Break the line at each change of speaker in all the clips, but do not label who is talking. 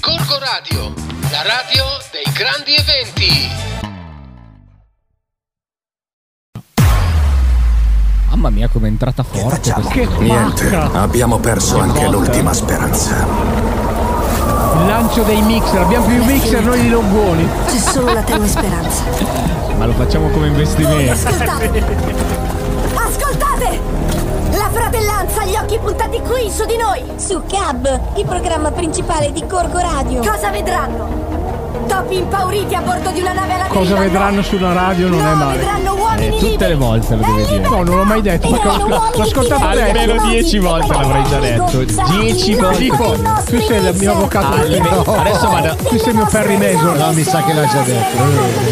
Gorgo Radio, la radio dei grandi eventi.
Mamma mia, com'è entrata forte.
facciamo?
questa-
Niente,
Porca.
abbiamo perso anche l'ultima speranza.
Il lancio dei mixer, abbiamo più mixer noi di Longoni.
C'è solo la tenue speranza.
Ma lo facciamo come investimento.
Ascoltate! Ascoltate! La fratellanza ha gli occhi puntati qui su di noi!
Su Cab, il programma principale di Corgo Radio.
Cosa vedranno? Topi impauriti a bordo di una nave alla
Cosa
deriva?
vedranno sulla radio non
no,
è male.
vedranno uomini
Eh, tutte le
liberi.
volte lo
È
devi dire.
libertà!
No, non l'ho mai detto, ma
Vedranno
l'ho-
uomini
l'ho
liberi,
ascoltato adesso.
Almeno
animati,
dieci volte
poi
l'avrei già detto.
saranno
Dieci
i
volte.
nostri
Dico,
nostri
tu sei il mio
mixer.
avvocato.
Almeno-
No.
Ah, Adesso vado-
tu sei mio Perry Mason.
No, mi sa che l'ha già detto.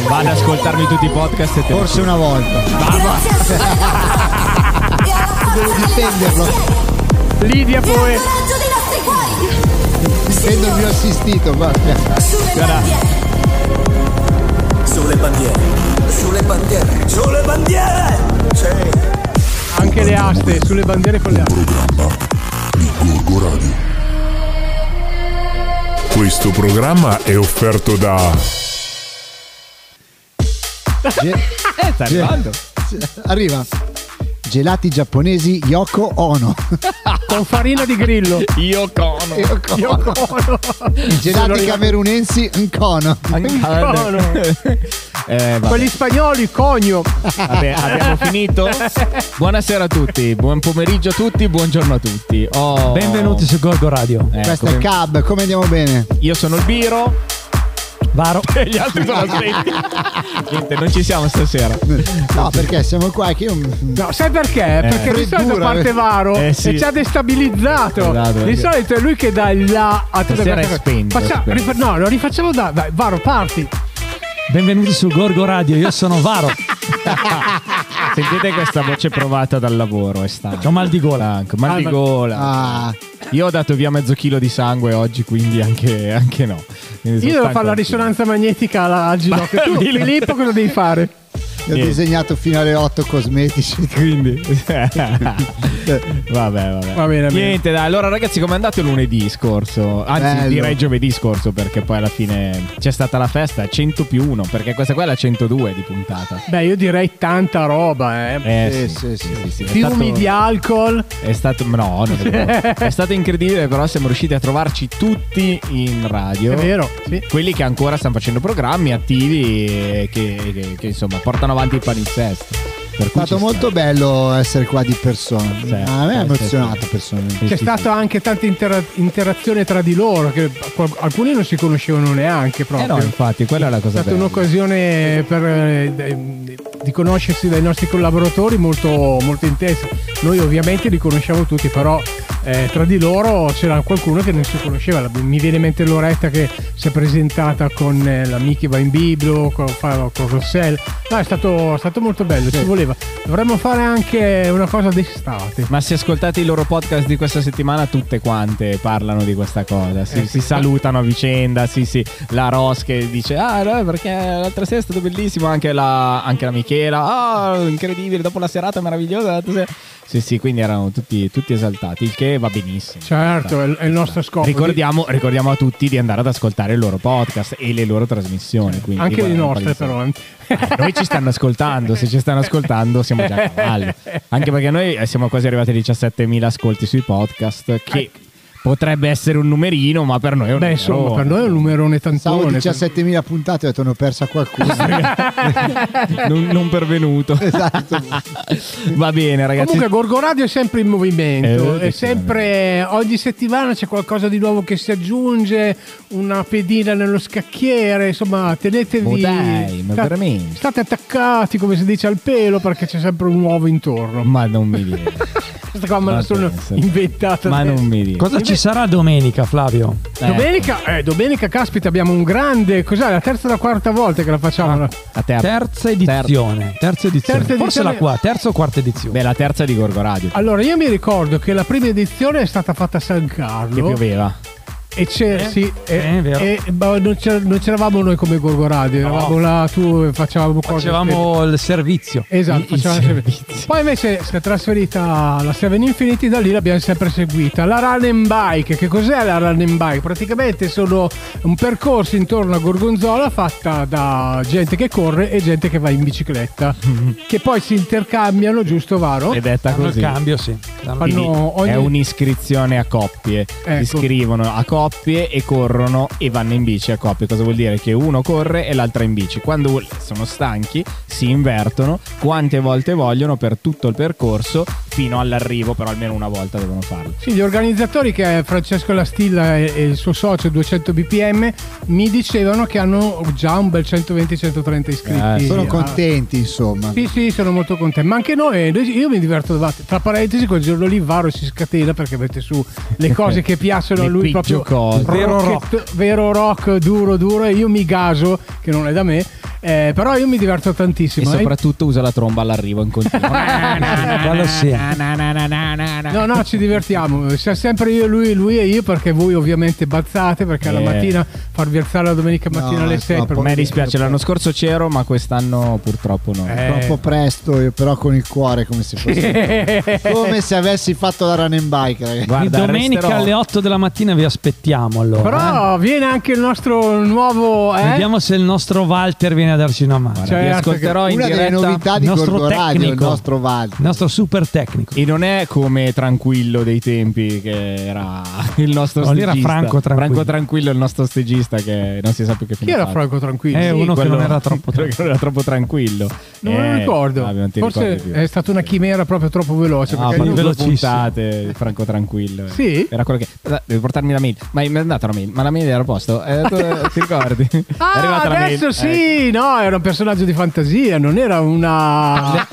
Vado ad ascoltarmi tutti i podcast e te. Forse una volta.
Grazie al suo lavoro. E alla forza
difenderlo.
delle nostre schiere.
Lidia
E al
Poe.
coraggio dei nostri cuori.
Essendo il
Signori,
mio assistito, guarda.
sulle bandiere.
Sulle bandiere, sulle bandiere, sulle bandiere! Sì.
Anche le aste, sulle bandiere con le aste.
Gorgo Radio. Questo programma è offerto da
Ge-
Eh, sta
ge-
arrivando.
Arriva. Gelati giapponesi Yoko Ono.
Con farina di grillo.
Io cono.
Yoko
Io
Ono.
cono.
I
Sono
gelati
arrivati-
camerunensi Nkono.
Cono.
Eh, vabbè.
Quelli spagnoli, cogno.
Vabbè, abbiamo finito. Buonasera a tutti, buon pomeriggio a tutti, buongiorno a tutti. Oh.
Benvenuti su Gorgo Radio.
Ecco,
Questo è
ben-
Cab, come andiamo bene?
Io sono il Biro
Varo.
e gli altri sono stretti. Niente, non ci siamo stasera.
No, perché siamo qua che io mm,
No, sai perché? Perché di solito
freddura,
parte
eh.
Varo
Eh, sì.
e ci ha destabilizzato.
Esatto,
di
perché-
solito è lui che dà il là a tutte
Stasera
le
è spento,
Faccia-
spento.
rifa- no, lo rifacciamo da. Dai, Varo, parti.
Benvenuti su Gorgo Radio. Io sono Varo.
Sentite questa voce provata dal lavoro, è stanco.
Ho mal di gola.
Stanco, mal di
Ah, ma-
gola.
ah,
Io ho dato via mezzo chilo di sangue oggi, quindi anche, anche no. Quindi sono
Io devo
stanco
fare la
anche.
risonanza magnetica alla, al ginocchio. Tu,
dillo.
Filippo, cosa devi fare?
io ho
Niente.
disegnato fino alle 8 cosmetici.
Quindi, vabbè, vabbè.
Va bene, va bene.
Niente, dai. Allora, ragazzi, com'è andato lunedì scorso? Anzi,
Bello.
direi giovedì scorso, perché poi alla fine c'è stata la festa 100 più 1. Perché questa qua è la 102 di puntata.
Beh, io direi tanta roba, eh.
Eh,
Sì, sì, sì.
È
Fiumi
stato-
di alcol.
È stato, no, non è vero. È stato incredibile, però siamo riusciti a trovarci tutti in radio.
È vero, sì.
Quelli che ancora stanno facendo programmi attivi e che, che- che, insomma portano avanti il palinsesto. Per
È stato molto bello essere qua di persona. a me ha emozionato personalmente.
C'è stata anche tanta intera- interazione tra di loro, che qual- alcuni non si conoscevano neanche
Eh
proprio.
no, infatti, quella è la
È
cosa
stata
bella.
un'occasione per, eh, d- di conoscersi dai nostri collaboratori molto, molto intensa. Noi ovviamente li conosciamo tutti, però eh, tra di loro c'era qualcuno che non si conosceva. La- Mi viene in mente Loretta che si è presentata con eh, la Mickey va in Biblo, con, fa- con Rossell. No, è stato, è stato molto bello, ci voleva. Dovremmo fare anche una cosa d'estate.
Ma se ascoltate i loro podcast di questa settimana, tutte quante parlano di questa cosa. Si,
Eh,
si
sì.
salutano a vicenda. Sì, sì. La Ros che dice: Ah, no, perché l'altra sera è stato bellissimo. Anche la, anche la Michela, ah, incredibile. Dopo la serata meravigliosa. l'altra sera." Sì, sì, quindi erano tutti, tutti esaltati. Il che va benissimo.
Certo, è, è il nostro scopo.
Ricordiamo, ricordiamo a tutti di andare ad ascoltare il loro podcast e le loro trasmissioni.
Di-
quindi
anche le
guarda, poi-
nostre però.
eh, noi ci stanno ascoltando, se ci stanno ascoltando siamo già a cavallo. Anche perché noi eh, siamo quasi arrivati a 17.000 ascolti sui podcast, che potrebbe essere un numerino, ma per noi è un
Ecco. Beh,
numero.
insomma, per noi è un numerone
Stavo
tantone.
17.000 puntate e ho detto ne ho persa qualcuno.
non, non pervenuto.
esatto.
Va bene, ragazzi.
Comunque Gorgo Radio è sempre in movimento,
Eh,
è sempre ogni settimana c'è qualcosa di nuovo che si aggiunge, una pedina nello scacchiere, insomma tenetevi...
Ma dai, ma
sta-
veramente?
State attaccati come si dice al pelo perché c'è sempre un uovo intorno.
Ma non mi dire.
Questa qua me
Ma
la sono
pensa.
inventata.
ma non mi dire.
Cosa ci sarà domenica, Flavio?
Eh,
Domenica, eh, domenica, caspita, abbiamo un grande. Cos'è? La terza o la quarta volta che la facciamo? La-
a te.
Terza edizione. Terza edizione.
Terza
Forse
edizione-
la qua, terza o quarta edizione.
Beh, la terza di Gorgo Radio.
Allora, io mi ricordo che la prima edizione è stata fatta a San
Che
Carlo.
pioveva.
E c'è,
Eh?
sì, e-
Eh, è vero.
e- ma non, c'era- non c'eravamo noi come Gorgo Radio,
No.
eravamo là, tu e facevamo cose.
Facevamo il servizio.
Esatto,
il- il
facevamo
servizio.
Poi invece si è trasferita alla Seven Infinity, da lì l'abbiamo sempre seguita. La Run and Bike, che cos'è la Run and Bike? Praticamente sono un percorso intorno a Gorgonzola fatta da gente che corre e gente che va in bicicletta,
Mm.
che poi si intercambiano, giusto Varo?
È detta
Fanno il
così.
cambio, sì. Danno-
Fanno-
Quindi
ogni-
È un'iscrizione a coppie.
Ecco.
Si iscrivono a coppie e corrono e vanno in bici a coppie. Cosa vuol dire? Che uno corre e l'altra in bici. Quando sono stanchi si invertono quante volte vogliono per tutto il percorso fino all'arrivo, però almeno una volta devono farlo.
Sì, gli organizzatori che è Francesco Lastilla e, e il suo socio 200 BPM mi dicevano che hanno già un bel 120-130
Eh,
iscritti.
Sono
Ah,
contenti, insomma.
Sì, sì, sono molto contento. Ma anche noi, noi- io mi diverto davanti. Tra parentesi, quel giorno lì Varo si scatena perché mette su le cose che piacciono a
Le
lui
peggio
proprio.
cose.
Vero
rock. vero rock, duro, duro. E io mi gaso, che non è da me. Eh, però io mi diverto
E
tantissimo. eh.
soprattutto usa la tromba all'arrivo in continuo.
Quello sì.
Eh.
No, no, ci divertiamo. Siamo sempre io, lui, lui e io, perché voi ovviamente bazzate, perché alla
Eh.
mattina farvi alzare la domenica mattina
No,
alle
è
6.
troppo.
A me dispiace, l'anno scorso c'ero, ma quest'anno purtroppo no.
Eh.
Troppo presto, io però con il cuore come se fosse.
Eh.
come se avessi fatto la run and bike, ragazzi.
Guarda,
domenica
resterò-
alle 8 della mattina vi aspettiamo allora. eh.
Però viene anche il nostro nuovo... Eh?
Vediamo se il nostro Walter viene a darci una mano.
Guarda, vi
Certo che-
ascolterò in
Una delle
diretta.
novità di
il nostro
Gorgo Radio, il
tecnico.
nostro Val.
Il nostro super tecnico.
E non è come Tranquillo dei tempi che era il nostro
No, lì era
stagista.
Franco Tranquillo.
Franco Tranquillo è il nostro stagista che non si sa più che fine
Chi era
fa.
Franco Tranquillo?
Eh,
Sì,
uno che
Quello-
non era troppo
quello che non era troppo tranquillo.
Non me lo
Eh,
ricordo.
vabbè, non ti
Forse
ricordi più. Ah,
è stata una chimera proprio troppo veloce.
No, ha
perché
fatto
io-
due
velocissimo.
puntate Franco Tranquillo. eh.
Sì?
Era quello che. Guarda, Devi portarmi la mail. Ma mi è andata la mail. Ma la mail era a posto. Eh, tu- ti ricordi? è
Ah,
arrivata la mail.
adesso
Eh,
sì, no, era un personaggio di fantasia, non era
Ah,
una...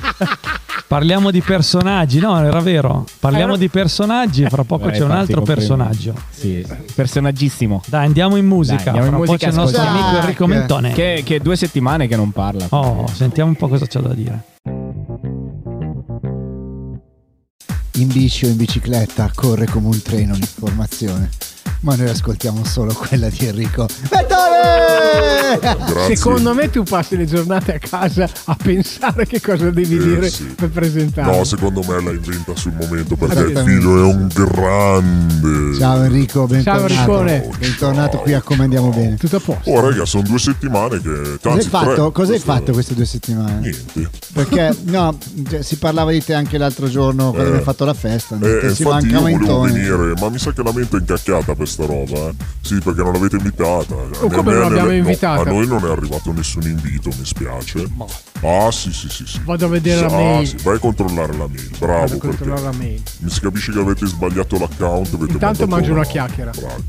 Parliamo di personaggi, no, era vero. Parliamo
Era-
di personaggi, fra poco
vorrei
c'è un
farti
altro
Eh, complimenti.
personaggio.
Sì, personaggissimo.
Dai, andiamo in musica.
Dai, andiamo in
fra poco
musica,
c'è il nostro
ascoltiamo.
amico Enrico
Eh.
Mentone.
Che, che è due settimane che non parla.
Oh, sentiamo un po' cosa c'è da dire.
In bici o in bicicletta corre come un treno l'informazione. Ma noi ascoltiamo solo quella di Enrico. Mentone!
Grazie.
Secondo me tu passi le giornate a casa a pensare che cosa devi
Eh,
dire
sì.
per presentare.
No, secondo me la inventa sul momento perché il
Esattamente.
figlio è un grande.
Esatto.
Ciao Enrico, bentornato.
Enricone.
Bentornato qui a Come Andiamo Bene.
Tutto a posto.
Oh, raga, sono due settimane che.
Cos'hai
anzi,
fatto,
tre.
cos'hai
Questo-
fatto queste due settimane?
Niente.
Perché no, cioè, si parlava di te anche l'altro giorno quando
Eh.
abbiamo fatto la festa.
Eh,
Ti si
infatti io
mancava in
volevo
tono.
venire, ma mi sa che la mente è incacchiata per sta roba, eh. Sì, perché non l'avete invitata.
Oh, come
A me-
non
a me-
l'abbiamo
no,
invitata?
a noi non è arrivato nessun invito, mi spiace. Ah, sì, sì, sì, sì.
Vado a vedere la
Ah,
mail.
sì, vai a controllare la mail. Bravo,
Vado a controllare la
perché
mail.
mi si capisce che avete sbagliato l'account. Avete
Intanto
mandato
mangio una chiacchiera.
Bravi.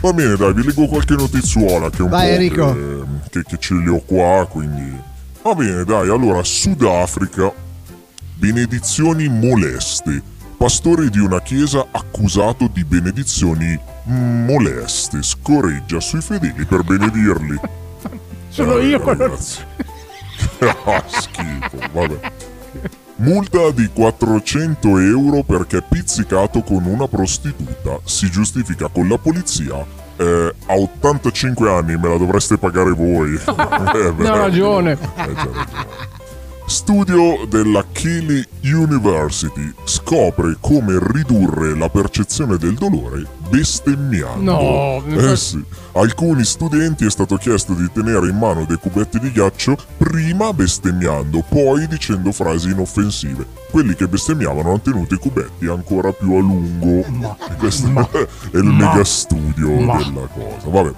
Va bene, dai, vi leggo qualche notizuola che è un
Vai,
po'
Enrico.
Che, che, che ce li ho qua, quindi... Va bene, dai, allora, Sudafrica, benedizioni moleste. Pastore di una chiesa accusato di benedizioni moleste scorreggia sui fedeli per benedirli.
Sono
Eh,
io quello.
ragazzi. Ah, schifo, vabbè. Multa di 400 euro perché pizzicato con una prostituta. Si giustifica con la polizia. Eh, a 85 anni me la dovreste pagare voi. Eh, veramente.
ragione.
Eh, c'ha ragione. Studio della Keele University scopre come ridurre la percezione del dolore bestemmiando.
No.
Eh sì. Alcuni studenti è stato chiesto di tenere in mano dei cubetti di ghiaccio prima bestemmiando, poi dicendo frasi inoffensive. Quelli che bestemmiavano hanno tenuto i cubetti ancora più a lungo. Questo è il mega studio della cosa. Vabbè.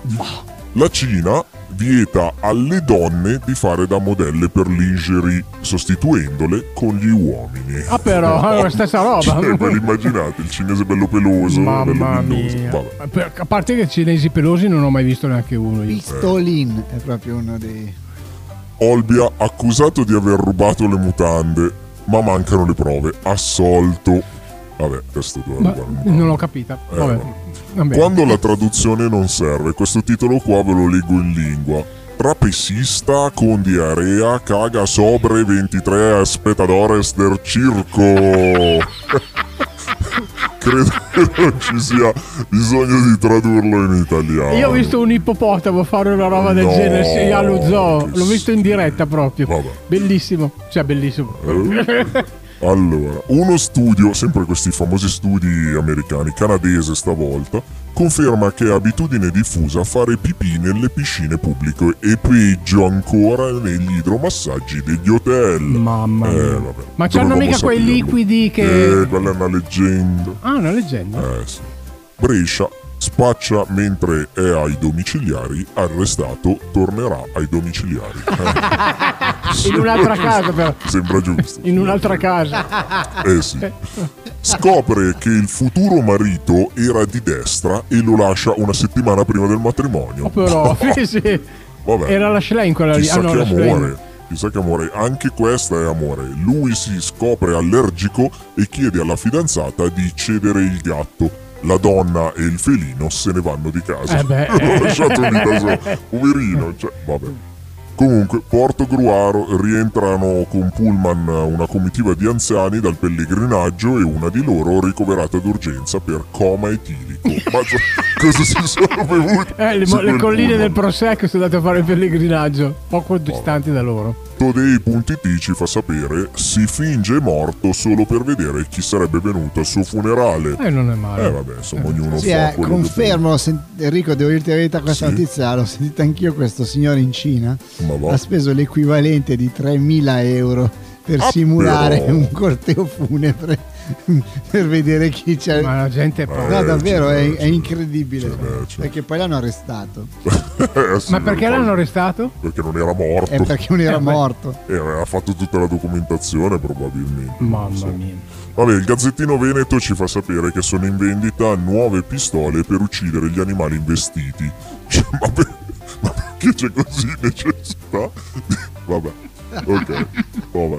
La Cina vieta alle donne di fare da modelle per lingerie, sostituendole con gli uomini.
Ah, però, è la stessa roba.
Cioè, ve l'immaginate, il cinese bello peloso,
Mamma
bello villoso.
mia.
Vabbè.
Per- a parte che cinesi pelosi non ho mai visto neanche uno. Io.
Pistolin è proprio uno dei.
Olbia accusato di aver rubato le mutande, ma mancano le prove. Assolto. Vabbè, questo doveva
Ma
rubare le mutande.
non l'ho capita. Vabbè. Vabbè.
Eh, Quando la traduzione non serve, questo titolo qua ve lo leggo in lingua. Trapesista con diarrea caga sobre 23 aspettadores del circo. credo che non ci sia bisogno di tradurlo in italiano.
Io ho visto un ippopotamo fare una roba del
No,
genere sì, allo zoo.
che
L'ho visto in diretta proprio.
Vabbè. Eh,
Bellissimo. Cioè, bellissimo.
Allora, uno studio, sempre questi famosi studi americani, canadese stavolta, conferma che è abitudine diffusa fare pipì nelle piscine pubbliche e peggio ancora negli idromassaggi degli hotel.
Mamma
Eh,
mia.
vabbè.
Ma c'hanno
Dovevamo
mica quei
saperlo.
liquidi che-
Eh, quella è una leggenda.
Ah, una leggenda.
Eh sì. Brescia spaccia mentre è ai domiciliari, arrestato, tornerà ai domiciliari. Eh.
In un'altra casa, però.
Sembra giusto.
In un'altra casa.
Eh sì. Scopre che il futuro marito era di destra e lo lascia una settimana prima del matrimonio.
Oh, Però, sì, sì.
Vabbè.
Era la Schlein quella lì. Ah,
Chissà
no,
che
la
amore.
Schlein.
Chissà che amore, anche questa è amore. Lui si scopre allergico e chiede alla fidanzata di cedere il gatto. La donna e il felino se ne vanno di casa.
Eh beh.
L'ho lasciato lì da solo. Poverino, cioè, vabbè. Comunque, Porto Gruaro rientrano con Pullman una comitiva di anziani dal pellegrinaggio e una di loro ricoverata d'urgenza per coma etilico. Ma so- cosa si sono bevuti?
Eh, le, mo-
Sempre
le
il
colline
Pullman.
del Prosecco sono andate a fare il pellegrinaggio. Poco distanti da loro.
Today.it ci fa sapere si finge morto solo per vedere chi sarebbe venuto al suo funerale.
Eh, non è male.
Eh vabbè, insomma, ognuno
Sì,
fa
eh,
quello
confermo, sen- Enrico, devo dirti la verità, questa
Sì. Boh.
notizia l'ho sentita anch'io, questo signore in Cina
che può. Ma va.
ha speso l'equivalente di 3.000 euro per
Ah,
simulare
però.
un corteo funebre per vedere chi c'è.
Ma la gente è povera.
No, davvero,
Eh, certo,
è,
c'è,
è incredibile.
c'è, c'è.
Perché poi l'hanno arrestato.
Eh, sì,
Ma perché
lo
l'hanno
fa-
arrestato? Eh,
Perché non era morto.
È Eh, perché non era
beh.
morto.
E aveva fatto tutta la documentazione probabilmente.
Mamma mia.
Vabbè, il Gazzettino Veneto ci fa sapere che sono in vendita nuove pistole per uccidere gli animali investiti. Cioè, ma, per- ma perché c'è così necessità? Vabbè, ok, vabbè.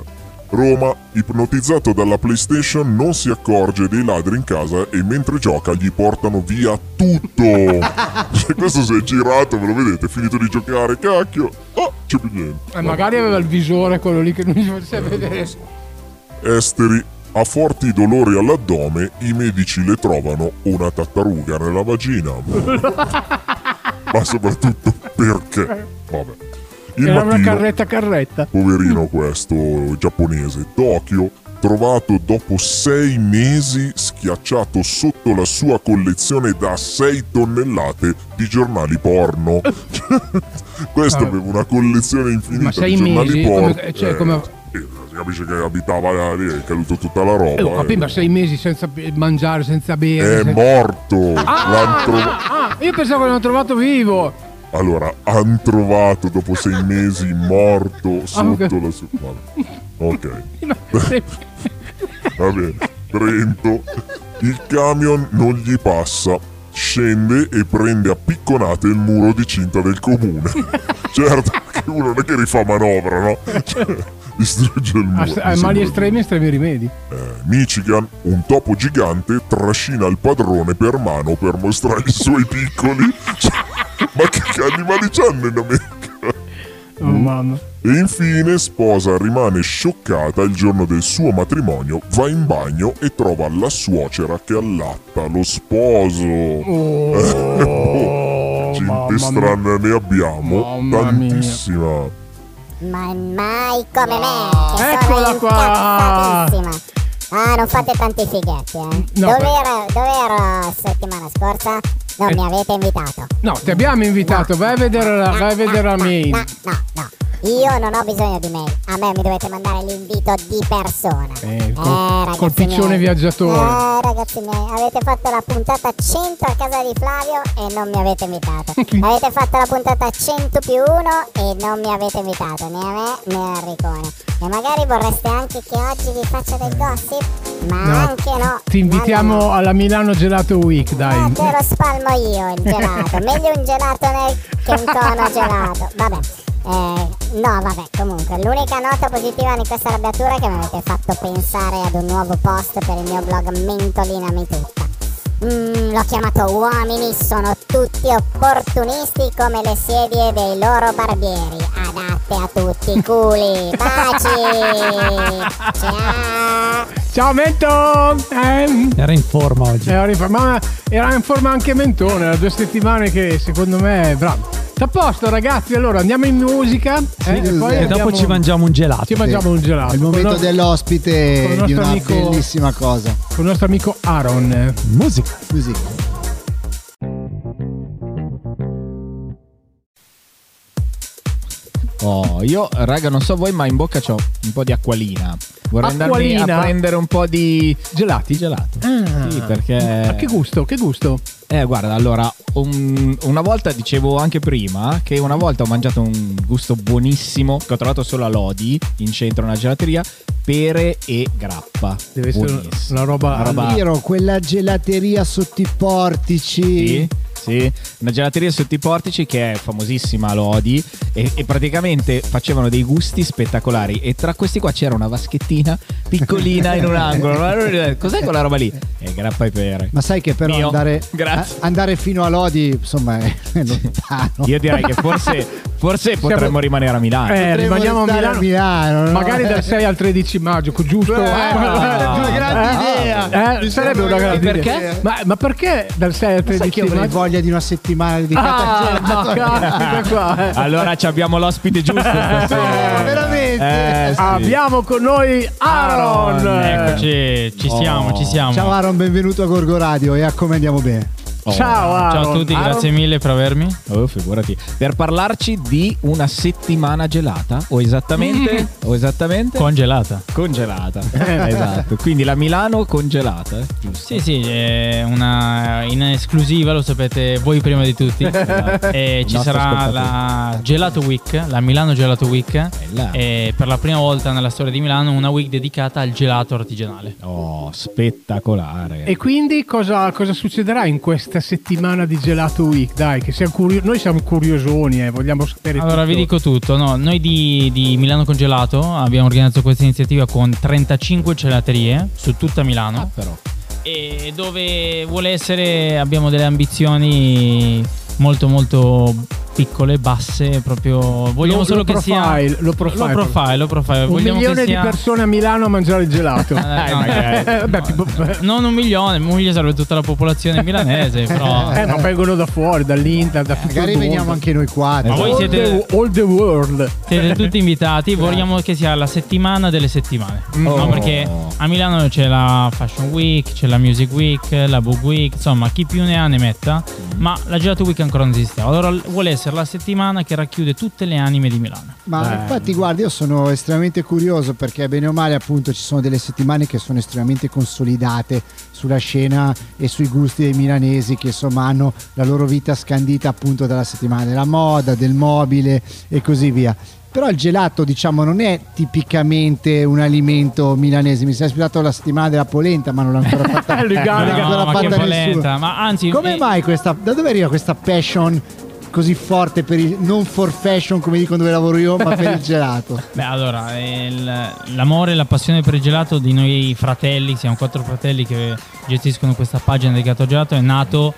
Roma, ipnotizzato dalla PlayStation, non si accorge dei ladri in casa e mentre gioca gli portano via tutto. Cioè, questo si è girato, ve lo vedete, finito di giocare, cacchio. Oh, c'è più niente.
Eh, magari aveva il visore quello lì che non si faceva
Eh,
vedere.
esteri ha forti dolori all'addome, i medici le trovano una tartaruga nella vagina. Ma soprattutto perché? Vabbè. Il
Era una
mattino,
carretta carretta.
poverino questo giapponese, Tokyo, trovato dopo sei mesi schiacciato sotto la sua collezione da 6 tonnellate di giornali porno. questo aveva una collezione infinita
Ma sei
di giornali
mesi?
porno.
Come- cioè,
Eh,
come-
sì, si capisce che abitava lì, è caduta tutta la roba.
Eh, ho capito,
eh.
ma sei mesi senza be- mangiare, senza bere.
È
senza-
morto. L'han trova-
Ah, io pensavo che l'hanno trovato vivo.
Allora, han trovato dopo sei mesi morto sotto
ok.
la sua. vabbè. Ok.
Ma se-
Va bene, Trento. Il camion non gli passa. Scende e prende a picconate il muro di cinta del comune. certo, che uno non è che rifà manovra, no? Cioè, distrugge il muro.
Ah,
mi
se- eh,
sembra
mali
di-
estremi, estremi rimedi.
eh, Michigan, un topo gigante trascina il padrone per mano per mostrare i suoi piccoli. Cioè, ma che che animali c'hanno in America? Mm.
Oh, mamma.
E infine sposa rimane scioccata il giorno del suo matrimonio, va in bagno e trova la suocera che allatta lo sposo. Oh, gente strana ne abbiamo
Mamma mia.
tantissima.
Ma mai come me, che
Eccola
sono
qua.
incazzatissima. Ah, non fate tanti fighetti, eh.
No,
dove,
beh. Eh.
ero, dove ero settimana scorsa? Non mi avete invitato. Ah,
No, ti abbiamo invitato, vai a vedere la, vai a vedere la mail.
No, no, no. Io non ho bisogno di mail. A me mi dovete mandare l'invito di persona.
Eh, col-
ragazzi
col piccione
miei.
viaggiatore.
Eh, ragazzi miei, avete fatto la puntata 100 a casa di Flavio e non mi avete invitato. avete fatto la puntata 100 più 1 e non mi avete invitato né a me né a Enricone. E magari vorreste anche che oggi vi faccia del gossip, ma
Eh. No,
anche no.
Ti
No, no,
invitiamo alla Milano Gelato Week, dai.
eh, te lo spalmo io il gelato. Meglio un gelato nel che un cono gelato. Vabbè. Eh, no, vabbè, comunque, l'unica nota positiva di questa arrabbiatura è che mi avete fatto pensare ad un nuovo post per il mio blog Mentolinami tutta. Mm, l'ho chiamato Uomini sono tutti opportunisti come le sedie dei loro barbieri, adatte a tutti i culi. Baci! Ciao!
Ciao Menton! Ehm,
Era in forma oggi.
era in forma- ma era in forma anche Mentone, era due settimane che secondo me è bravo. Sta a posto ragazzi, allora andiamo in musica eh, e, poi
E dopo
andiamo-
ci mangiamo un gelato.
ci mangiamo un
ah,
gelato.
È il momento
con, il con
dell'ospite
il
di
nostro
una
amico-
bellissima cosa.
no- con il nostro amico Aaron.
Musica.
Così.
Oh, io, raga, non so voi, ma in bocca c'ho un po' di acqualina. Vorrei andarmi
Acqualina?
a prendere un po' di gelati, gelato. Sì, perché...
Ma Ah, che gusto, che gusto.
Eh, guarda, allora, un- una volta dicevo anche prima che una volta ho mangiato un gusto buonissimo che ho trovato solo a Lodi, in centro a una gelateria, pere e grappa.
Deve essere
Buonissimo.
una roba-
Vero, quella gelateria sotto i portici.
Sì, sì, una gelateria sotto i portici che è famosissima a Lodi e, e praticamente facevano dei gusti spettacolari e tra questi qua c'era una vaschettina piccolina in un angolo. Ma allora, Cos'è quella roba lì? Eh, grappa e pere.
Ma sai che però
Mio.
andare,
Grazie.
a- andare fino a Lodi, insomma, è è lontano.
Io direi che forse, forse potremmo rimanere a Milano.
Eh,
Potremmo
rimaniamo a
stare
Milano.
a Milano, no? Eh,
Magari dal 6 al 13 maggio, co- giusto?
guarda,
Eh,
due grandi
eh,
idee.
eh, ci sarebbe una grande
Perché?
idea. Ma, ma perché dal 6
Sai
al
che
13
io avrei
maggio?
voglia di una settimana di
Ah, ma caspita qua, eh.
Allora ci abbiamo l'ospite giusto stasera.
No, veramente?
Eh, sì.
Abbiamo con noi Aaron.
ecco, Eccoci, ci siamo,
Oh.
ci siamo.
Ciao Aaron, benvenuto a Gorgo Radio e a come andiamo bene.
Oh.
Ciao Aaron.
Ciao a tutti,
Aaron,
grazie mille per avermi.
Oh, figurati. Per parlarci di una settimana gelata o esattamente, o esattamente
Congelata.
congelata. esatto. Quindi la Milano congelata, eh, giusto?
Sì, sì, è una in esclusiva, lo sapete voi prima di tutti. E Eh, ci
nostro
sarà
ascoltatore.
la Gelato Week, la Milano Gelato Week.
Bella.
E per la Eh. prima volta nella storia di Milano una week dedicata al gelato artigianale.
Oh, spettacolare.
Ecco
E quindi cosa, cosa succederà in questa settimana di Gelato Week? Dai, che siamo curio- noi siamo curiosoni, eh, vogliamo sapere
Allora vi
tutto.
dico tutto, no, noi di, di Milano Congelato abbiamo organizzato questa iniziativa con 35 gelaterie su tutta Milano.
però.
e dove vuole essere abbiamo delle ambizioni molto molto piccole, basse, proprio vogliamo
Lo-
solo
lo
che
profile,
sia
lo profile.
lo profile, lo profile.
Un
Eh, vogliamo
milione
che
di
sia...
persone a Milano a mangiare il gelato.
Eh, no.
Eh, beh, tipo-
Non un milione, un milione sarebbe tutta la popolazione milanese, però
eh, ma vengono da fuori, dall'Inter,
Eh,
da tutto
Magari
il mondo.
veniamo anche noi quattro.
Ma voi
all,
siete-
the, all the world.
siete tutti invitati, vogliamo che sia la settimana delle settimane.
Mm.
No,
Oh.
perché a Milano c'è la Fashion Week, c'è la Music Week, la Book Week, insomma chi più ne ha ne metta,
Mm.
ma la Gelato Week ancora non esisteva. Allora vuole essere la settimana che racchiude tutte le anime di Milano.
Ma infatti guarda, io sono estremamente curioso perché bene o male appunto ci sono delle settimane che sono estremamente consolidate sulla scena e sui gusti dei milanesi che insomma hanno la loro vita scandita appunto dalla settimana della moda, del mobile e così via. Però il gelato diciamo non è tipicamente un alimento milanese, mi si è aspettato la settimana della polenta ma non l'ha ancora fatta.
Lui
Ah,
gara-
non l'ha
no,
ancora
ma che
fatta
polenta,
nessuno.
ma anzi
Come
eh,
mai questa, da dove arriva questa passion così forte per il, non for fashion come dicono dove lavoro io, ma per il gelato?
Beh, allora, eh, il- l'amore e la passione per il gelato di noi fratelli, siamo quattro fratelli che gestiscono questa pagina dedicata al gelato, è nato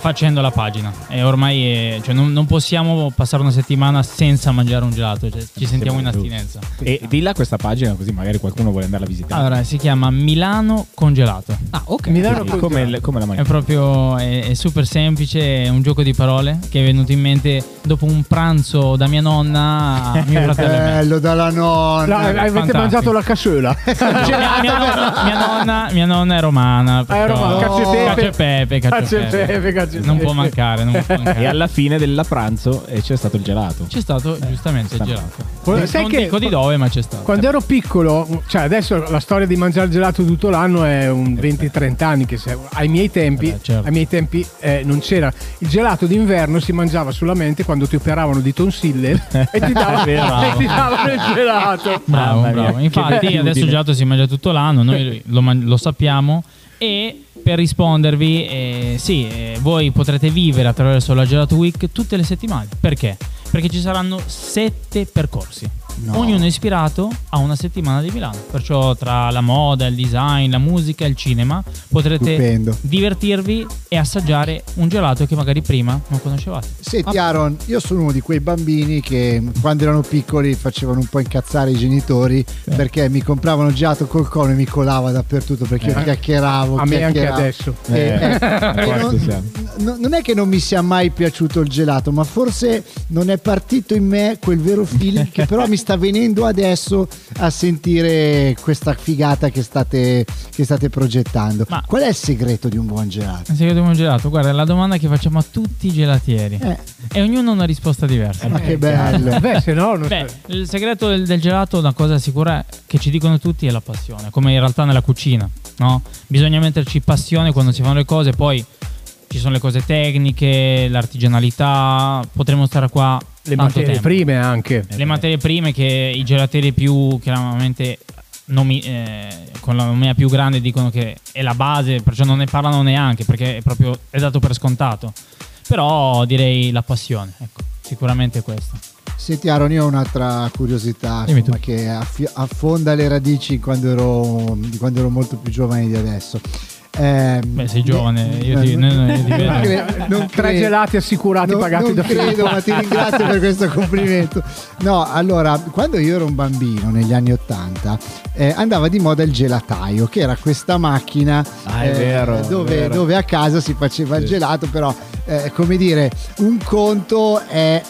facendo la pagina. E ormai è- cioè, non, non possiamo passare una settimana senza mangiare un gelato, cioè, ci sentiamo in astinenza.
E di là questa pagina così magari qualcuno vuole andare a visitare.
Allora, si chiama Milano Congelato.
Ah, ok.
Milano
Quindi come, il- come la
È
mangiamo?
proprio è, è super semplice, è un gioco di parole che è venuto in mente dopo un pranzo da mia nonna a mio fratello e me.
Bello dalla
La-
nonna.
avete
fantastico.
mangiato la cassola?
Cioè, mia, mia nonna, mia nonna- mia nonna è romana.
Cioè, Ah, è romana.
però-
Cacio e pepe.
Cacio e pepe, cacio e
Cacio e
pepe.
pepe, cacio e
Non
pepe.
può mancare, non può
Eh.
mancare.
E alla fine della pranzo eh, c'è stato il gelato.
C'è stato giustamente il
stamattina.
gelato.
Poi-
Non
sai che-
dico di dove, ma c'è stato.
Quando ero piccolo, cioè adesso la storia di mangiare gelato tutto l'anno è un 20-30 anni che se- ai miei tempi,
Eh beh, certo.
ai miei tempi eh, non c'era. Il gelato d'inverno si mangiava solamente quando ti operavano di tonsille e ti davano, e ti davano il gelato.
Bravo,
Mamma mia,
bravo.
che
Infatti,
abitudine.
adesso il gelato si mangia tutto l'anno, noi lo, man- lo sappiamo. E per rispondervi, eh, sì, eh, voi potrete vivere attraverso la Gelato Week tutte le settimane. Perché? Perché ci saranno sette percorsi. Ognuno è ispirato a una settimana di Milano. Perciò tra la moda, il design, la musica e il cinema potrete
Stupendo.
divertirvi e assaggiare un gelato che magari prima non conoscevate.
Senti Aaron, io sono uno di quei bambini che quando erano piccoli facevano un po' incazzare i genitori perché mi compravano il gelato col cono e mi colava dappertutto perché io
Eh.
chiacchieravo.
A me anche
chiacchieravo.
adesso.
E-
Eh,
eh,
a
e
quanti
non,
siamo?
no- non è che non mi sia mai piaciuto il gelato, ma forse non è partito in me quel vero feeling che però mi sta venendo adesso a sentire questa figata che state, che state progettando. Qual è il segreto di un buon gelato?
Il segreto di un gelato, guarda, è la domanda che facciamo a tutti i gelatieri.
Eh.
E ognuno ha una risposta diversa.
Eh,
Eh,
Ma che bello.
Beh, se no, non
Beh, il segreto del, del gelato, una cosa sicura che ci dicono tutti è la passione, come in realtà nella cucina, no? Bisogna metterci passione quando si fanno le cose, poi ci sono le cose tecniche, l'artigianalità, potremmo stare qua
le
tanto
materie
tempo.
prime anche.
Eh,
Le materie prime che i gelateri più chiaramente nomi- eh, con la nomea più grande dicono che è la base, perciò non ne parlano neanche perché è proprio è dato per scontato. Però direi la passione, ecco, sicuramente questo.
Senti Aaron, io ho un'altra curiosità
Dimmi
insomma, che affi- affonda le radici quando ero, di quando ero molto più giovane di adesso. Ehm,
Beh, sei giovane, io ti-
non-
no, no, io ti vedo.
cre- non
Tre
credo.
gelati assicurati
Non-
pagati
non
da
credo, ma ti ringrazio per questo complimento. No, allora, quando io ero un bambino negli anni Ottanta, eh, andava di moda il gelataio, che era questa macchina eh,
Ah, è vero, è
dove,
vero.
dove a casa si faceva il
Sì.
gelato, però, eh, come dire, un conto è,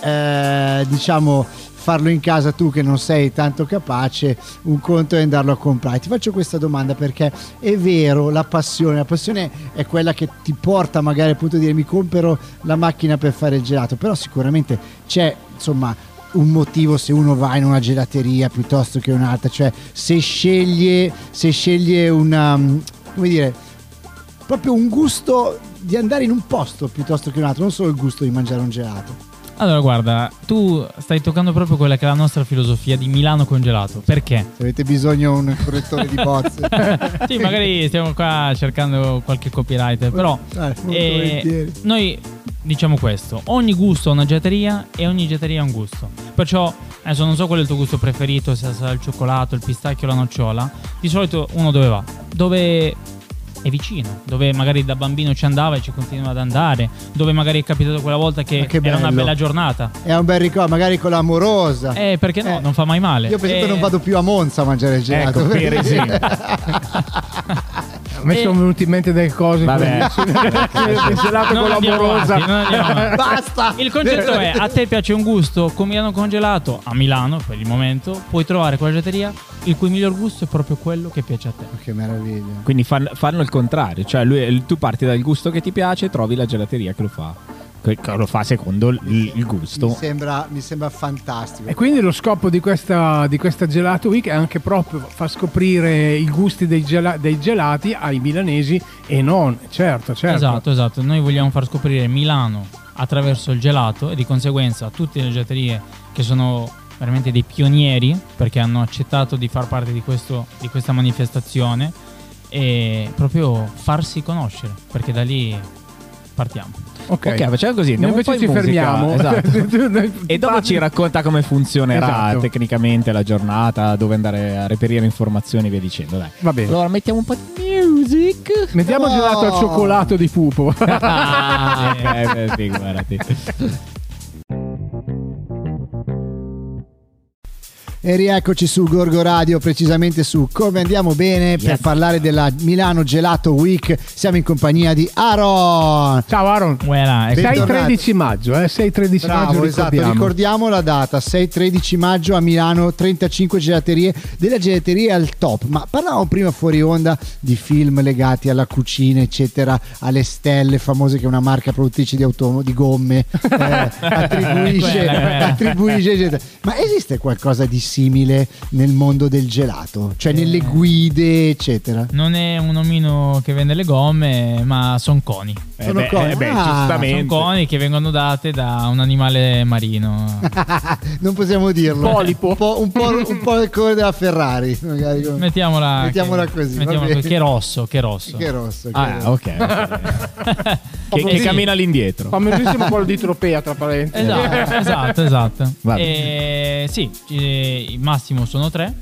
eh, diciamo, farlo in casa tu che non sei tanto capace, un conto è andarlo a comprare. Ti faccio questa domanda perché è vero, la passione, la passione è quella che ti porta magari appunto a dire mi compro la macchina per fare il gelato, però sicuramente c'è insomma un motivo se uno va in una gelateria piuttosto che un'altra, cioè se sceglie, se sceglie una, mm, come dire, proprio un gusto di andare in un posto piuttosto che un altro, non solo il gusto di mangiare un gelato.
Allora, guarda, tu stai toccando proprio quella che è la nostra filosofia di Milano congelato. Perché?
Se avete bisogno di un correttore di bozze,
Sì, magari stiamo qua cercando qualche copywriter, però
Eh, molto
eh,
volentieri.
noi diciamo questo, ogni gusto ha una gelateria e ogni gelateria ha un gusto. Perciò adesso non so qual è il tuo gusto preferito, se sarà il cioccolato, il pistacchio, la nocciola. Di solito uno dove va? Dove è vicino, dove magari da bambino ci andava e ci continua ad andare, dove magari è capitato quella volta che,
Ma che
era una
bello.
bella giornata.
È un bel ricordo, magari con l'amorosa.
Eh, perché no, non fa mai male.
Io per esempio
Eh,
non vado più a Monza a mangiare il gelato.
Ecco, per
perché-
esempio.
A me sono venute in mente delle cose.
Vabbè.
Il gelato
eh, Non
con
andiamo
l'amorosa.
avanti, non andiamo avanti.
Basta!
Il concetto è, a te piace un gusto con Milano congelato, a Milano per il momento, puoi trovare quella gelateria il cui miglior gusto è proprio quello che piace a te.
Che meraviglia.
Quindi fan- fanno il contrario, cioè lui- il- tu parti dal gusto che ti piace e trovi la gelateria che lo fa, che che lo fa secondo l- il,
Mi
gusto.
sembra, mi sembra fantastico.
E
Ecco.
quindi lo scopo di questa, di questa Gelato Week è anche proprio far scoprire i gusti dei, gela- dei gelati ai milanesi e non, certo, certo.
Esatto, esatto. Noi vogliamo far scoprire Milano attraverso il gelato e di conseguenza a tutte le gelaterie che sono veramente dei pionieri perché hanno accettato di far parte di, questo- di questa manifestazione e proprio farsi conoscere perché da lì partiamo.
Ok,
Ok, facciamo così,
Noi
andiamo un po'
invece
in
ci
musica,
fermiamo.
esatto. E dopo
Parli-
ci racconta come funzionerà
Esatto.
tecnicamente la giornata, dove andare a reperire informazioni e via dicendo. Dai.
Va bene.
Allora mettiamo un po' di music.
Mettiamo il gelato al cioccolato di pupo.
Ah, ok,
Eh.
beh, figurati.
E rieccoci su Gorgo Radio, precisamente su Come Andiamo Bene, per parlare della Milano Gelato Week. Siamo in compagnia di Aaron.
Ciao Aaron.
Voilà, ecco.
Beh, Bentornato.
6-13 maggio, eh? 6-13 maggio
Bravo, esatto,
ricordiamo.
ricordiamo la data, 6-13 maggio a Milano, 35 gelaterie, della gelateria al top, ma parlavamo prima fuori onda di film legati alla cucina, eccetera, alle stelle famose che una marca produttrice di, auto- di gomme eh, attribuisce,
Quella,
eh.
quella.
attribuisce, eccetera. ma esiste qualcosa di simile nel mondo del gelato, cioè
Eh.
nelle guide, eccetera?
Non è un omino che vende le gomme, ma sono coni.
Eh,
Sono
beh,
cose-
eh, beh,
ah,
Sono
giustamente.
coni che vengono date da un animale marino.
non possiamo dirlo.
Polipo.
Un po', un po', un po' il colore della Ferrari, magari. come-
Mettiamola,
Mettiamola
che-
così, va
Eh,
bene.
Ah,
mettiamola così. Che rosso, che rosso.
Che rosso. che
Ah,
rosso.
ok. ok. Che, che cammina all'indietro.
Famosissimo quello di Tropea, tra parentesi.
Esatto, esatto, esatto.
Vabbè.
Eh, sì, eh, il massimo sono tre.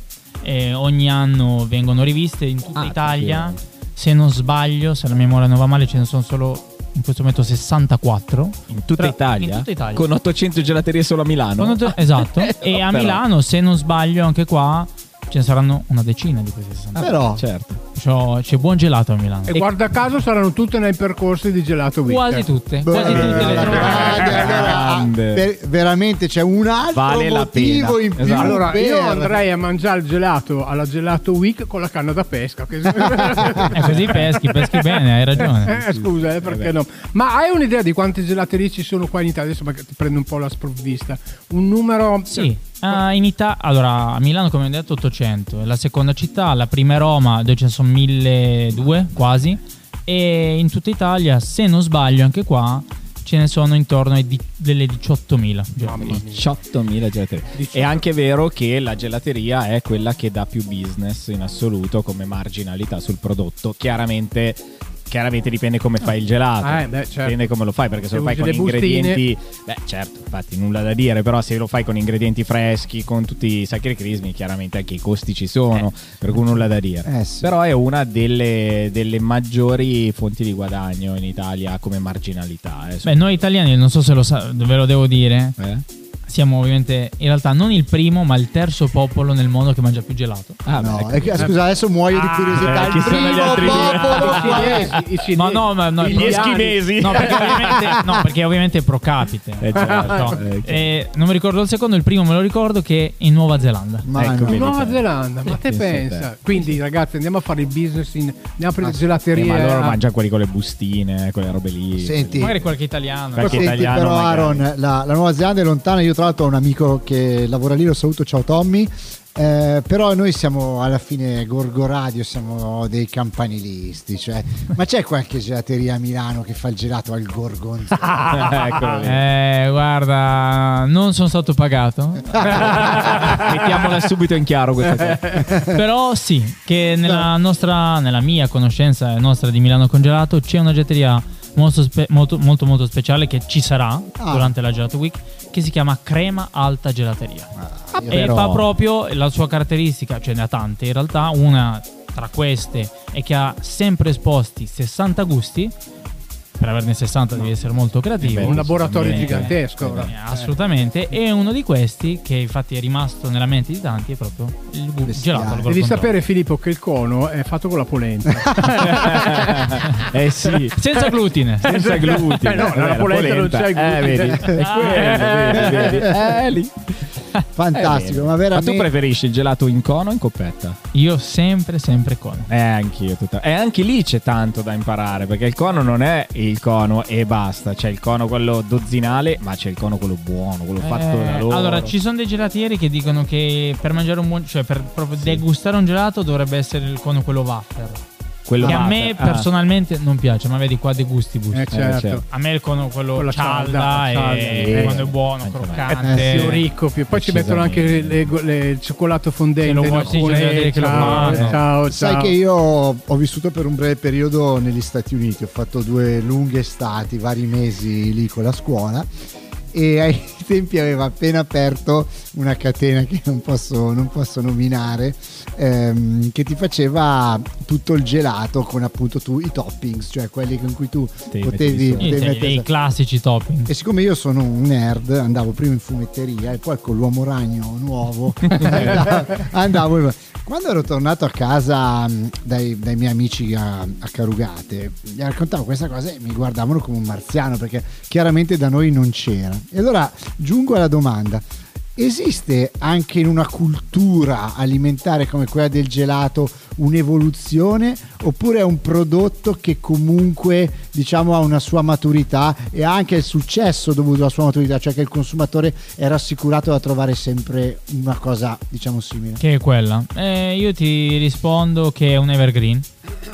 Eh, ogni anno vengono riviste in tutta
Ah,
Italia.
eh.
Se non sbaglio, se la memoria non va male, ce ne sono solo in questo momento 64.
In tutta
Tra-
Italia?
in tutta Italia.
Con 800 gelaterie solo a Milano.
Sono tre- esatto.
Eh,
e a
Però.
Milano, se non sbaglio, anche qua ce ne saranno una decina di questi 64.
Però-
Certo.
C'ho- c'è buon gelato a Milano.
Ah. E guarda caso saranno tutte nei percorsi di Gelato Week.
Quasi tutte,
Boh,
quasi
eh.
Beh,
tutte le
boh, allora,
trovate.
allora, ah,
cioè, Grande.
per- veramente c'è un altro
Vale la
motivo
pena.
in più.
Esatto.
Allora, io
per-
andrei a mangiare il gelato alla Gelato Week con la canna da pesca. Che...
E Eh, così peschi, peschi bene, hai ragione.
Eh, scusa, eh, perché no? Ma hai un'idea di quante gelaterie ci sono qua in Italia? Adesso magari ti prendo un po' la sprovvista. Un numero.
Sì, ah, in Italia, allora a Milano come ho detto 800, è la seconda città, la prima è Roma dove ce ne sono 1200 quasi e in tutta Italia se non sbaglio anche qua ce ne sono intorno ai di- delle 18.000.
Mamma mia.
18.000 gelaterie.
18.
È anche vero che la gelateria è quella che dà più business in assoluto come marginalità sul prodotto. Chiaramente, chiaramente dipende come fai il gelato.
Ah, eh, beh, certo.
Dipende come lo fai, perché se
Se
lo fai
usi
con
le bustine.
ingredienti. Beh, certo, infatti, nulla da dire. Però, se lo fai con ingredienti freschi, con tutti i sacri crismi, chiaramente anche i costi ci sono. Per cui nulla da dire.
Eh sì.
Però è una delle, delle maggiori fonti di guadagno in Italia come marginalità. eh.
Beh, noi italiani, non so se lo sa- ve lo devo dire,
Eh?
siamo ovviamente in realtà non il primo ma il terzo popolo nel mondo che mangia più gelato.
Ah, beh,
No,
ecco.
eh, che- scusa, adesso muoio di curiosità.
eh,
il
chi sono gli
primo
altri due?
popolo
I cinesi,
cinese.
i cinesi.
Ma no, ma no,
Gli eschimesi.
No, perché ovviamente, no, perché ovviamente è pro capite.
Eh, certo.
No.
Eh, chiaro.
Eh, non mi ricordo il secondo, il primo me lo ricordo che è in Nuova Zelanda.
Ma
Ecco,
no.
vedi.
Nuova Zelanda, ma te
Pensa
pensa? Quindi, ragazzi, andiamo a fare il business in. Andiamo a prendere
Eh,
gelaterie.
ma
a-
loro mangiano quelli con le bustine, quelle robe lì.
Senti,
Magari qualche italiano.
Qualche-
Senti,
italiano,
però
magari.
Aaron, la, la Nuova Zelanda è lontana. Io, tra l'altro, ho un amico che lavora lì. Lo saluto, ciao Tommy. Eh, però noi siamo alla fine Gorgo Radio, siamo dei campanilisti. Cioè, ma c'è qualche gelateria a Milano che fa il gelato al gorgonzola?
Eccolo lì.
Eh, guarda, non sono stato pagato.
Mettiamola subito in chiaro questa cosa.
Però sì, che nella nostra, nella mia conoscenza e nostra di Milano Congelato c'è una gelateria molto, spe- molto, molto, molto speciale che ci sarà
Ah.
durante la Gelato Week che si chiama Crema Alta Gelateria. e
però-
fa proprio la sua caratteristica, cioè ne ha tante in realtà, una tra queste è che ha sempre esposti 60 gusti, per averne 60 devi essere molto creativo.
un laboratorio
Eh,
gigantesco.
eh,
ora.
assolutamente. E uno di questi, che infatti è rimasto nella mente di tanti, è proprio il gu-
Bestiale.
gelato. al
Devi
gorgonzola.
sapere, Filippo, che il cono è fatto con la polenta.
eh sì.
Senza glutine.
Senza glutine.
Eh no,
Vabbè,
la polenta non c'è il glutine.
Eh, vedi. È quello, vedi, vedi. Eh, lì. Eh,
Fantastico, ma veramente.
tu preferisci il gelato in cono o in coppetta?
Io sempre, sempre con.
Eh, anch'io. Tutta... E anche lì c'è tanto da imparare, perché il cono non è il cono e basta. C'è il cono quello dozzinale, ma c'è il cono quello buono, quello fatto da
Eh,
loro.
allora, ci sono dei gelatieri che dicono che per mangiare un buon, cioè per proprio degustare un gelato dovrebbe essere il cono quello wafer.
Quello
che a
wafer.
me
Ah.
personalmente non piace, ma vedi qua degusti
Eh,
gusti.
certo.
certo.
A me il cono quello
Quella
cialda,
cialda, cialda,
e
eh.
quando è buono,
Anche a me.
croccante.
Più ricco, più. Poi ci mettono anche le, le- le- il cioccolato fondente.
Se lo
no?
vuoi, sì,
Con
c'è da
le-
dire che lo
ciao,
fanno.
ciao,
Sai
ciao.
che io ho vissuto per un breve periodo negli Stati Uniti, ho fatto due lunghe estati, vari mesi lì con la scuola e ai tempi aveva appena aperto una catena che non posso, non posso nominare ehm, che ti faceva tutto il gelato con appunto tu i toppings, cioè quelli con cui tu
Te li metti
potevi,
sopra.
potevi
I,
mettere-
i classici topping.
e siccome io sono un nerd, andavo prima in fumetteria e poi con l'uomo ragno nuovo andavo- andavo. Quando ero tornato a casa mh, dai, dai miei amici a, a Carugate, gli raccontavo questa cosa e mi guardavano come un marziano perché chiaramente da noi non c'era. E allora giungo alla domanda. Esiste anche in una cultura alimentare come quella del gelato un'evoluzione oppure è un prodotto che comunque diciamo ha una sua maturità e ha anche il successo dovuto alla sua maturità, cioè che il consumatore è rassicurato da trovare sempre una cosa diciamo simile.
Che è quella? Eh, io ti rispondo che è un evergreen,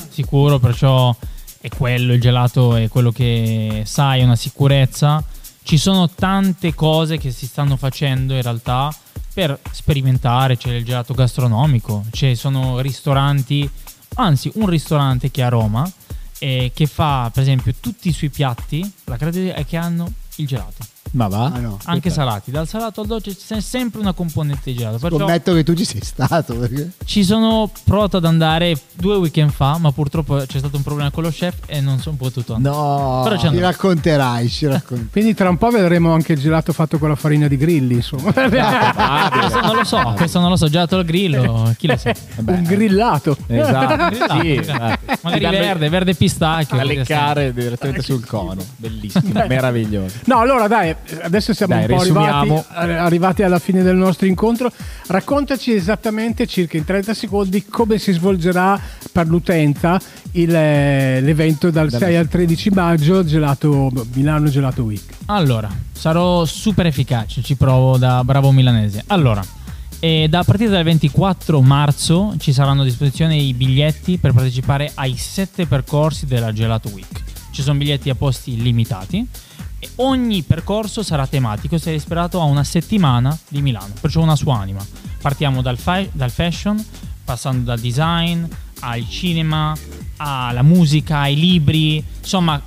sicuro, perciò è quello, il gelato è quello che sai, è una sicurezza. Ci sono tante cose che si stanno facendo in realtà per sperimentare, c'è il gelato gastronomico, ci sono ristoranti, anzi un ristorante che è a Roma eh, che fa per esempio tutti i suoi piatti, la caratteristica è che hanno il gelato.
Ma va?
Ah,
Anche salati, dal salato al dolce c'è sempre una componente di gelato. Perciò
Scommetto che tu ci sei stato. Perché...
ci sono provato ad andare due weekend fa, ma purtroppo c'è stato un problema con lo chef e non sono potuto andare.
No,
Però ci
ci
andrò.
racconterai, ci racconterai.
Quindi tra un po' vedremo anche il gelato fatto con la farina di grilli, insomma.
Questo non lo so, questo non lo so, gelato al grillo, chi lo sa.
un grillato.
Esatto, sì,
Esatto.
eh.
Magari
Danno-
verde, verde pistacchio.
da
che ne sa.
leccare direttamente sul cono, bellissimo, meraviglioso.
No, allora dai, adesso siamo
Dai,
un po' arrivati, eh,
riassumiamo.
arrivati alla fine del nostro incontro. Raccontaci esattamente circa in 30 secondi come si svolgerà per l'utenza il, eh, l'evento dal 6 al 13 maggio gelato, Milano Gelato Week.
Allora, sarò super efficace, ci provo da bravo milanese. Allora, eh, da a partire dal 24 marzo ci saranno a disposizione i biglietti per partecipare ai sette percorsi della Gelato Week. Ci sono biglietti a posti limitati. E ogni percorso sarà tematico e sarà ispirato a una settimana di Milano, perciò una sua anima. Partiamo dal, fa- dal fashion, passando dal design, al cinema, alla musica, ai libri, insomma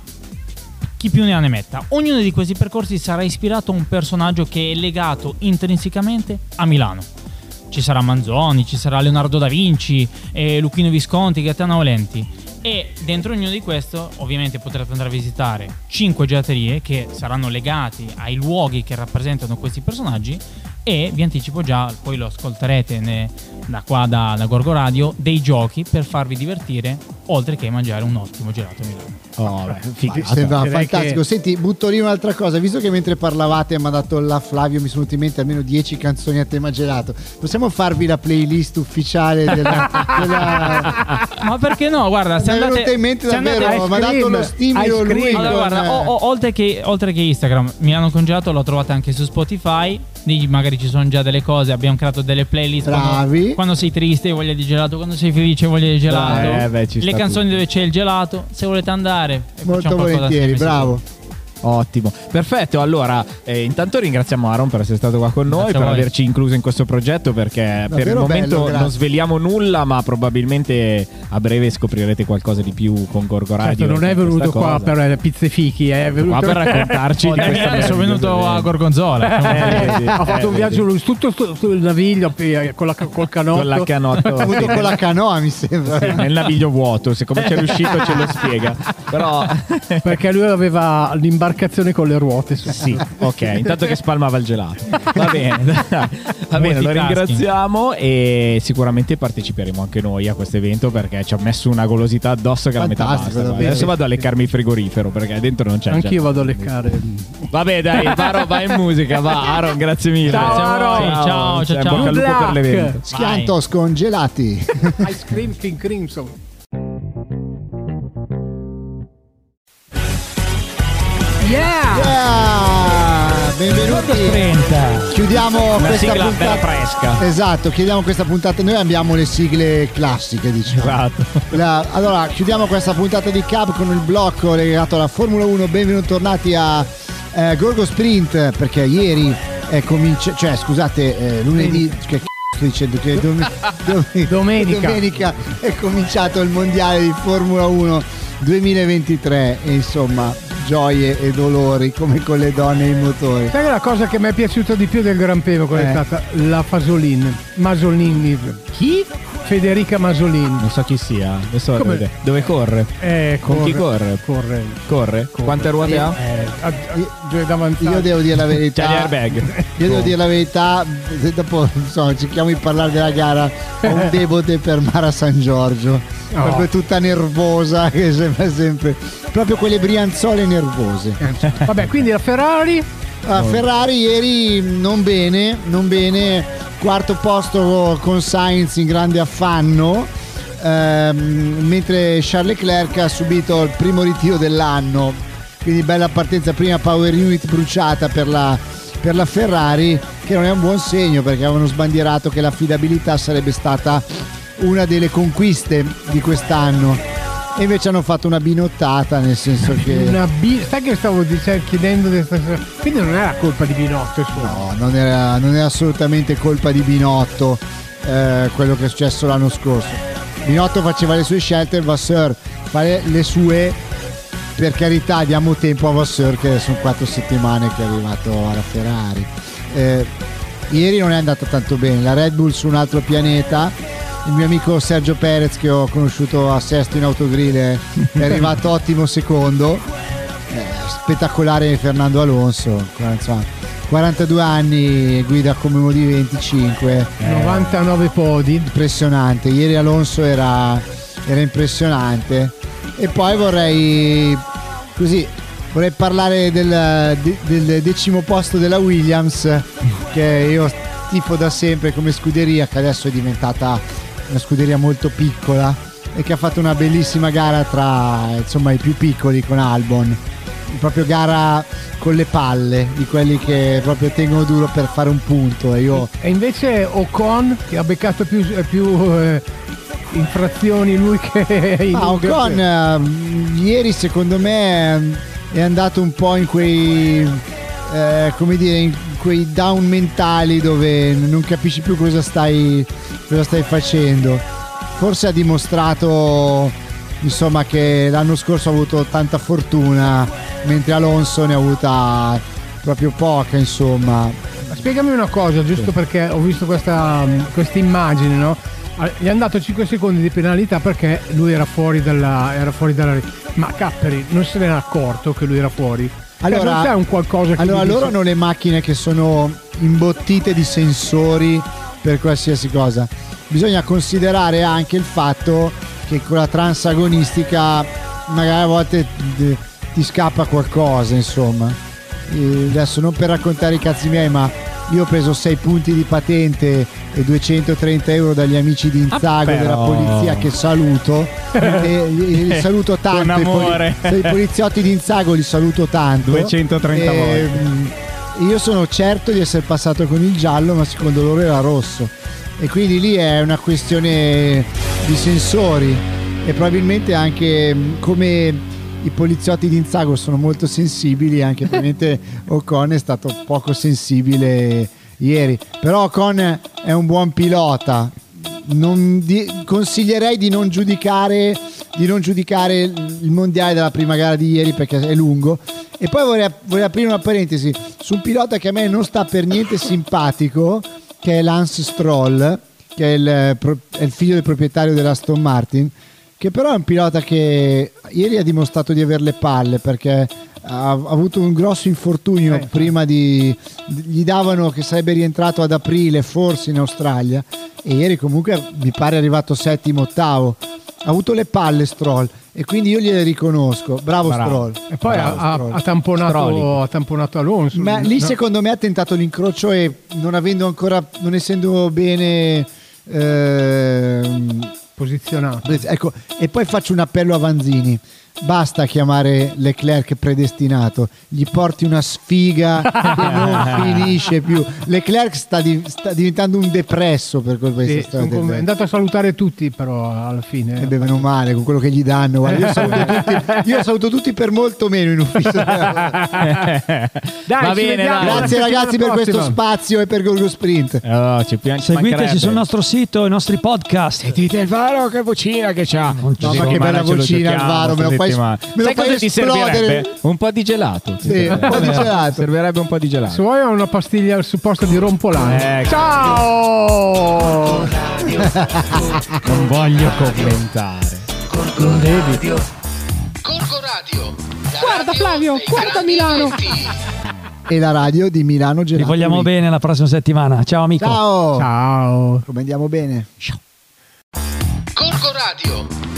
chi più ne ha ne metta. Ognuno di questi percorsi sarà ispirato a un personaggio che è legato intrinsecamente a Milano. Ci sarà Manzoni, ci sarà Leonardo da Vinci, eh, Luchino Visconti, Gaetano Valenti. E dentro ognuno di questo ovviamente potrete andare a visitare 5 gelaterie che saranno legati ai luoghi che rappresentano questi personaggi e vi anticipo già, poi lo ascolterete ne- da qua da, da Gorgo Radio, dei giochi per farvi divertire oltre che mangiare un ottimo gelato a Milano.
Oh, beh, figata.
Sembra
Direi
fantastico.
che-
Senti, butto lì un'altra cosa. Visto che mentre parlavate mi ha dato la Flavio, mi sono venuti in mente almeno 10 canzoni a tema gelato. Possiamo farvi la playlist ufficiale della. della...
Ma perché no? Guarda, se
Mi è
andate,
venuta in mente
se andate-
davvero,
ice
mi ha dato
cream,
lo stimolo
ice cream.
lui.
Allora,
con,
guarda, o-
eh,
o- oltre, che, oltre che Instagram, Milano Congelato lo trovate anche su Spotify. Lì magari ci sono già delle cose. Abbiamo creato delle playlist. Quando,
Bravi.
quando sei triste, hai voglia di gelato. Quando sei felice, hai voglia di gelato.
Eh, beh, ci
Le
sta
canzoni
tutto.
dove c'è il gelato. Se volete andare, e facciamo
eh, Molto
qualcosa
volentieri,
assieme,
bravo.
Ottimo, perfetto. Allora, eh, intanto ringraziamo Aaron per essere stato qua con noi,
Grazie a
per
voi.
averci incluso in questo progetto. Perché per il
Davvero bello,
momento non
grazie.
sveliamo nulla, ma probabilmente a breve scoprirete qualcosa di più con Gorgo Radio.
Certo, non è
su
venuto
questa
qua
cosa.
per le pizze fichi, eh, è venuto
Qua per raccontarci di
sì.
questa
Eh, Milano, sono
meravigliosa
venuto a
evento.
Gorgonzola.
Eh, sì,
ho
eh,
fatto un
vedi.
viaggio lungo tutto sto- sul naviglio eh, con la, col canotto.
con la canotto
Ha avuto con la canoa, mi sembra.
sì, nel naviglio vuoto. Siccome c'è riuscito, ce lo spiega. Però
perché lui aveva l'imbarcazione con le ruote. su.
Sì, ok, Certo, intanto che spalmava il gelato. Va bene, dai. Va bene, lo
Multitasking.
ringraziamo e sicuramente parteciperemo anche noi a questo evento perché ci ha messo una golosità addosso che la metà
Fantastico,
basta. guarda.
davvero.
Adesso vado a leccarmi il frigorifero perché dentro non c'è il
Anch'io
gelato.
vado a leccare.
Vabbè, dai, Varo, vai in musica, va. Aaron, grazie mille.
Ciao, Aaron.
Ciao, ciao,
Cioè,
ciao.
Bocca al lupo per
Good luck.
l'evento.
Schiantos con gelati.
Ice Cream King Crimson. Yeah!
Yeah! Benvenuti.
30.
Chiudiamo
Una
questa
sigla bella
puntata.
fresca.
Esatto, chiudiamo questa puntata. Noi abbiamo le sigle classiche, diciamo.
Esatto.
La- allora, chiudiamo questa puntata di Cap con il blocco legato alla Formula 1. Benvenuti tornati a eh, Gorgo Sprint perché ieri è comincia- cioè scusate, eh, lunedì che c***o sto dicendo che dom- dom-
Domenica.
domenica è cominciato il mondiale di Formula 1 2023 e insomma, gioie e dolori come con le donne e i motori.
Sai che la cosa che mi è piaciuta di più del Gran Premio qual è
Eh.
stata? La Fasolin. Masolini. Chi? Federica Masolin.
Non so chi sia, adesso vado a
Come-
vedere. dove corre?
Eh,
Con chi corre?
Corre.
Corre? Quante ruote ha?
Eh, a- a- due davanti.
Io devo dire la verità.
C'ha gli
Ah.
airbag.
Io devo dire la verità, se dopo insomma, cerchiamo di parlare della gara, ho un debote per Mara San Giorgio,
No.
proprio tutta nervosa, che sembra sempre, proprio quelle brianzole nervose.
Vabbè, quindi la Ferrari.
Ah, Ferrari ieri non bene, non bene, quarto posto con Sainz in grande affanno, ehm, mentre Charles Leclerc ha subito il primo ritiro dell'anno, quindi bella partenza, prima power unit bruciata per la, per la Ferrari, che non è un buon segno perché avevano sbandierato che l'affidabilità sarebbe stata una delle conquiste di quest'anno. E invece hanno fatto una binottata, nel senso che...
Una B. Sai che stavo dice- chiedendo di stasera? Quindi non era colpa di Binotto, insomma.
No, non era, non era assolutamente colpa di Binotto eh, quello che è successo l'anno scorso. Minotto faceva le sue scelte, Vasseur fa le, le sue. Per carità, diamo tempo a Vasseur che sono quattro settimane che è arrivato alla Ferrari. Eh, ieri non è andata tanto bene, la Red Bull su un altro pianeta. Il mio amico Sergio Perez che ho conosciuto a Sesto in autogrill è è arrivato ottimo secondo eh, spettacolare Fernando Alonso, qua- insomma, 42 anni e guida come uno di 25.
99 podi.
Impressionante, ieri Alonso era, era impressionante. E poi vorrei così vorrei parlare del, de- del decimo posto della Williams che io tifo da sempre come scuderia che adesso è diventata una scuderia molto piccola e che ha fatto una bellissima gara tra insomma i più piccoli con Albon proprio gara con le palle di quelli che proprio tengono duro per fare un punto e io
E invece Ocon che ha beccato più, più, eh, infrazioni lui che in
Ah, Ocon ehm, ieri secondo me ehm, è andato un po' in quei eh, come dire in quei down mentali dove non capisci più cosa stai cosa stai facendo. Forse ha dimostrato insomma che l'anno scorso ha avuto tanta fortuna mentre Alonso ne ha avuta proprio poca, insomma.
Spiegami una cosa, giusto perché ho visto questa, mh, questa immagine, no? Ah, Gli hanno dato 5 secondi di penalità perché lui era fuori dalla. Era fuori dalla ma Capperi non se n'era accorto che lui era fuori. Cioè, non c'è un qualcosa che
allora
gli
loro
dice-
hanno le macchine che sono imbottite di sensori per qualsiasi cosa. Bisogna considerare anche il fatto che con la transagonistica magari a volte ti- ti scappa qualcosa, insomma. Eh, Adesso non per raccontare i cazzi miei, ma io ho preso 6 punti di patente e 230 euro dagli amici di Inzago
Ah, però.
della polizia che saluto. e, e saluto
Con
tanto. i poli-
amore.
i poliziotti di Inzago li saluto tanto.
230 volte.
mh, Io sono certo di essere passato con il giallo, ma secondo loro era rosso. E quindi lì è una questione di sensori e probabilmente anche mh, come i poliziotti di Inzago sono molto sensibili, anche probabilmente Ocon è stato poco sensibile ieri. Però Ocon è un buon pilota. Non di- consiglierei di non giudicare di non giudicare il mondiale della prima gara di ieri perché è lungo. E poi vorrei, vorrei aprire una parentesi su un pilota che a me non sta per niente simpatico, che è Lance Stroll, che è il, pro- è il figlio del proprietario dell'Aston Martin, che però è un pilota che ieri ha dimostrato di avere le palle perché ha ha avuto un grosso infortunio
Eh,
prima
certo.
di gli davano che sarebbe rientrato ad aprile forse in Australia e ieri comunque mi pare è arrivato settimo ottavo ha avuto le palle Stroll e quindi io gliele riconosco. Bravo,
Bravo.
Stroll.
E poi ha-
Bravo,
ha,
Stroll.
ha tamponato,
Strolli.
ha tamponato Alonso.
Ma lì
No?
secondo me ha tentato l'incrocio e non avendo ancora, non essendo bene ehm,
posizionato.
Ecco, e poi faccio un appello a Vanzini. Basta chiamare Leclerc predestinato, gli porti una sfiga che non finisce più. Leclerc sta, di- sta diventando un depresso per quel
Sì,
questa
sono
storia. del-
con- è andato a salutare tutti, però alla fine.
E bevano male con quello che gli danno. guarda, io, saluto tutti, io saluto tutti per molto meno in ufficio.
Va
ci
bene,
vediamo
dai.
la
Grazie ragazzi per
settimana
questo
prossima.
spazio e per Gorgo Sprint.
Oh, ci pi- ci
Seguiteci
mancherebbe.
sul nostro sito, i nostri podcast.
Sentite il Varo che vocina che c'ha.
No, ma che bella vocina il Varo, me lo fai- me lo
Sai
fai
cosa ti
esplodere?
servirebbe? Un po' di gelato.
Sì, un po' di gelato.
Servirebbe un po' di
Se
gelato.
vuoi ho una pastiglia al supposto di Oh. Rompolano.
Ecco.
Ciao!
Non voglio commentare.
Corco Radio. la
Guarda,
radio
Flavio,
dei
guarda
grandi
Milano.
eventi.
E la radio di Milano
Vi
Gelato.
vogliamo bene la prossima settimana. Ciao amico.
Ciao.
Ciao!
Come andiamo bene?
Corco Radio,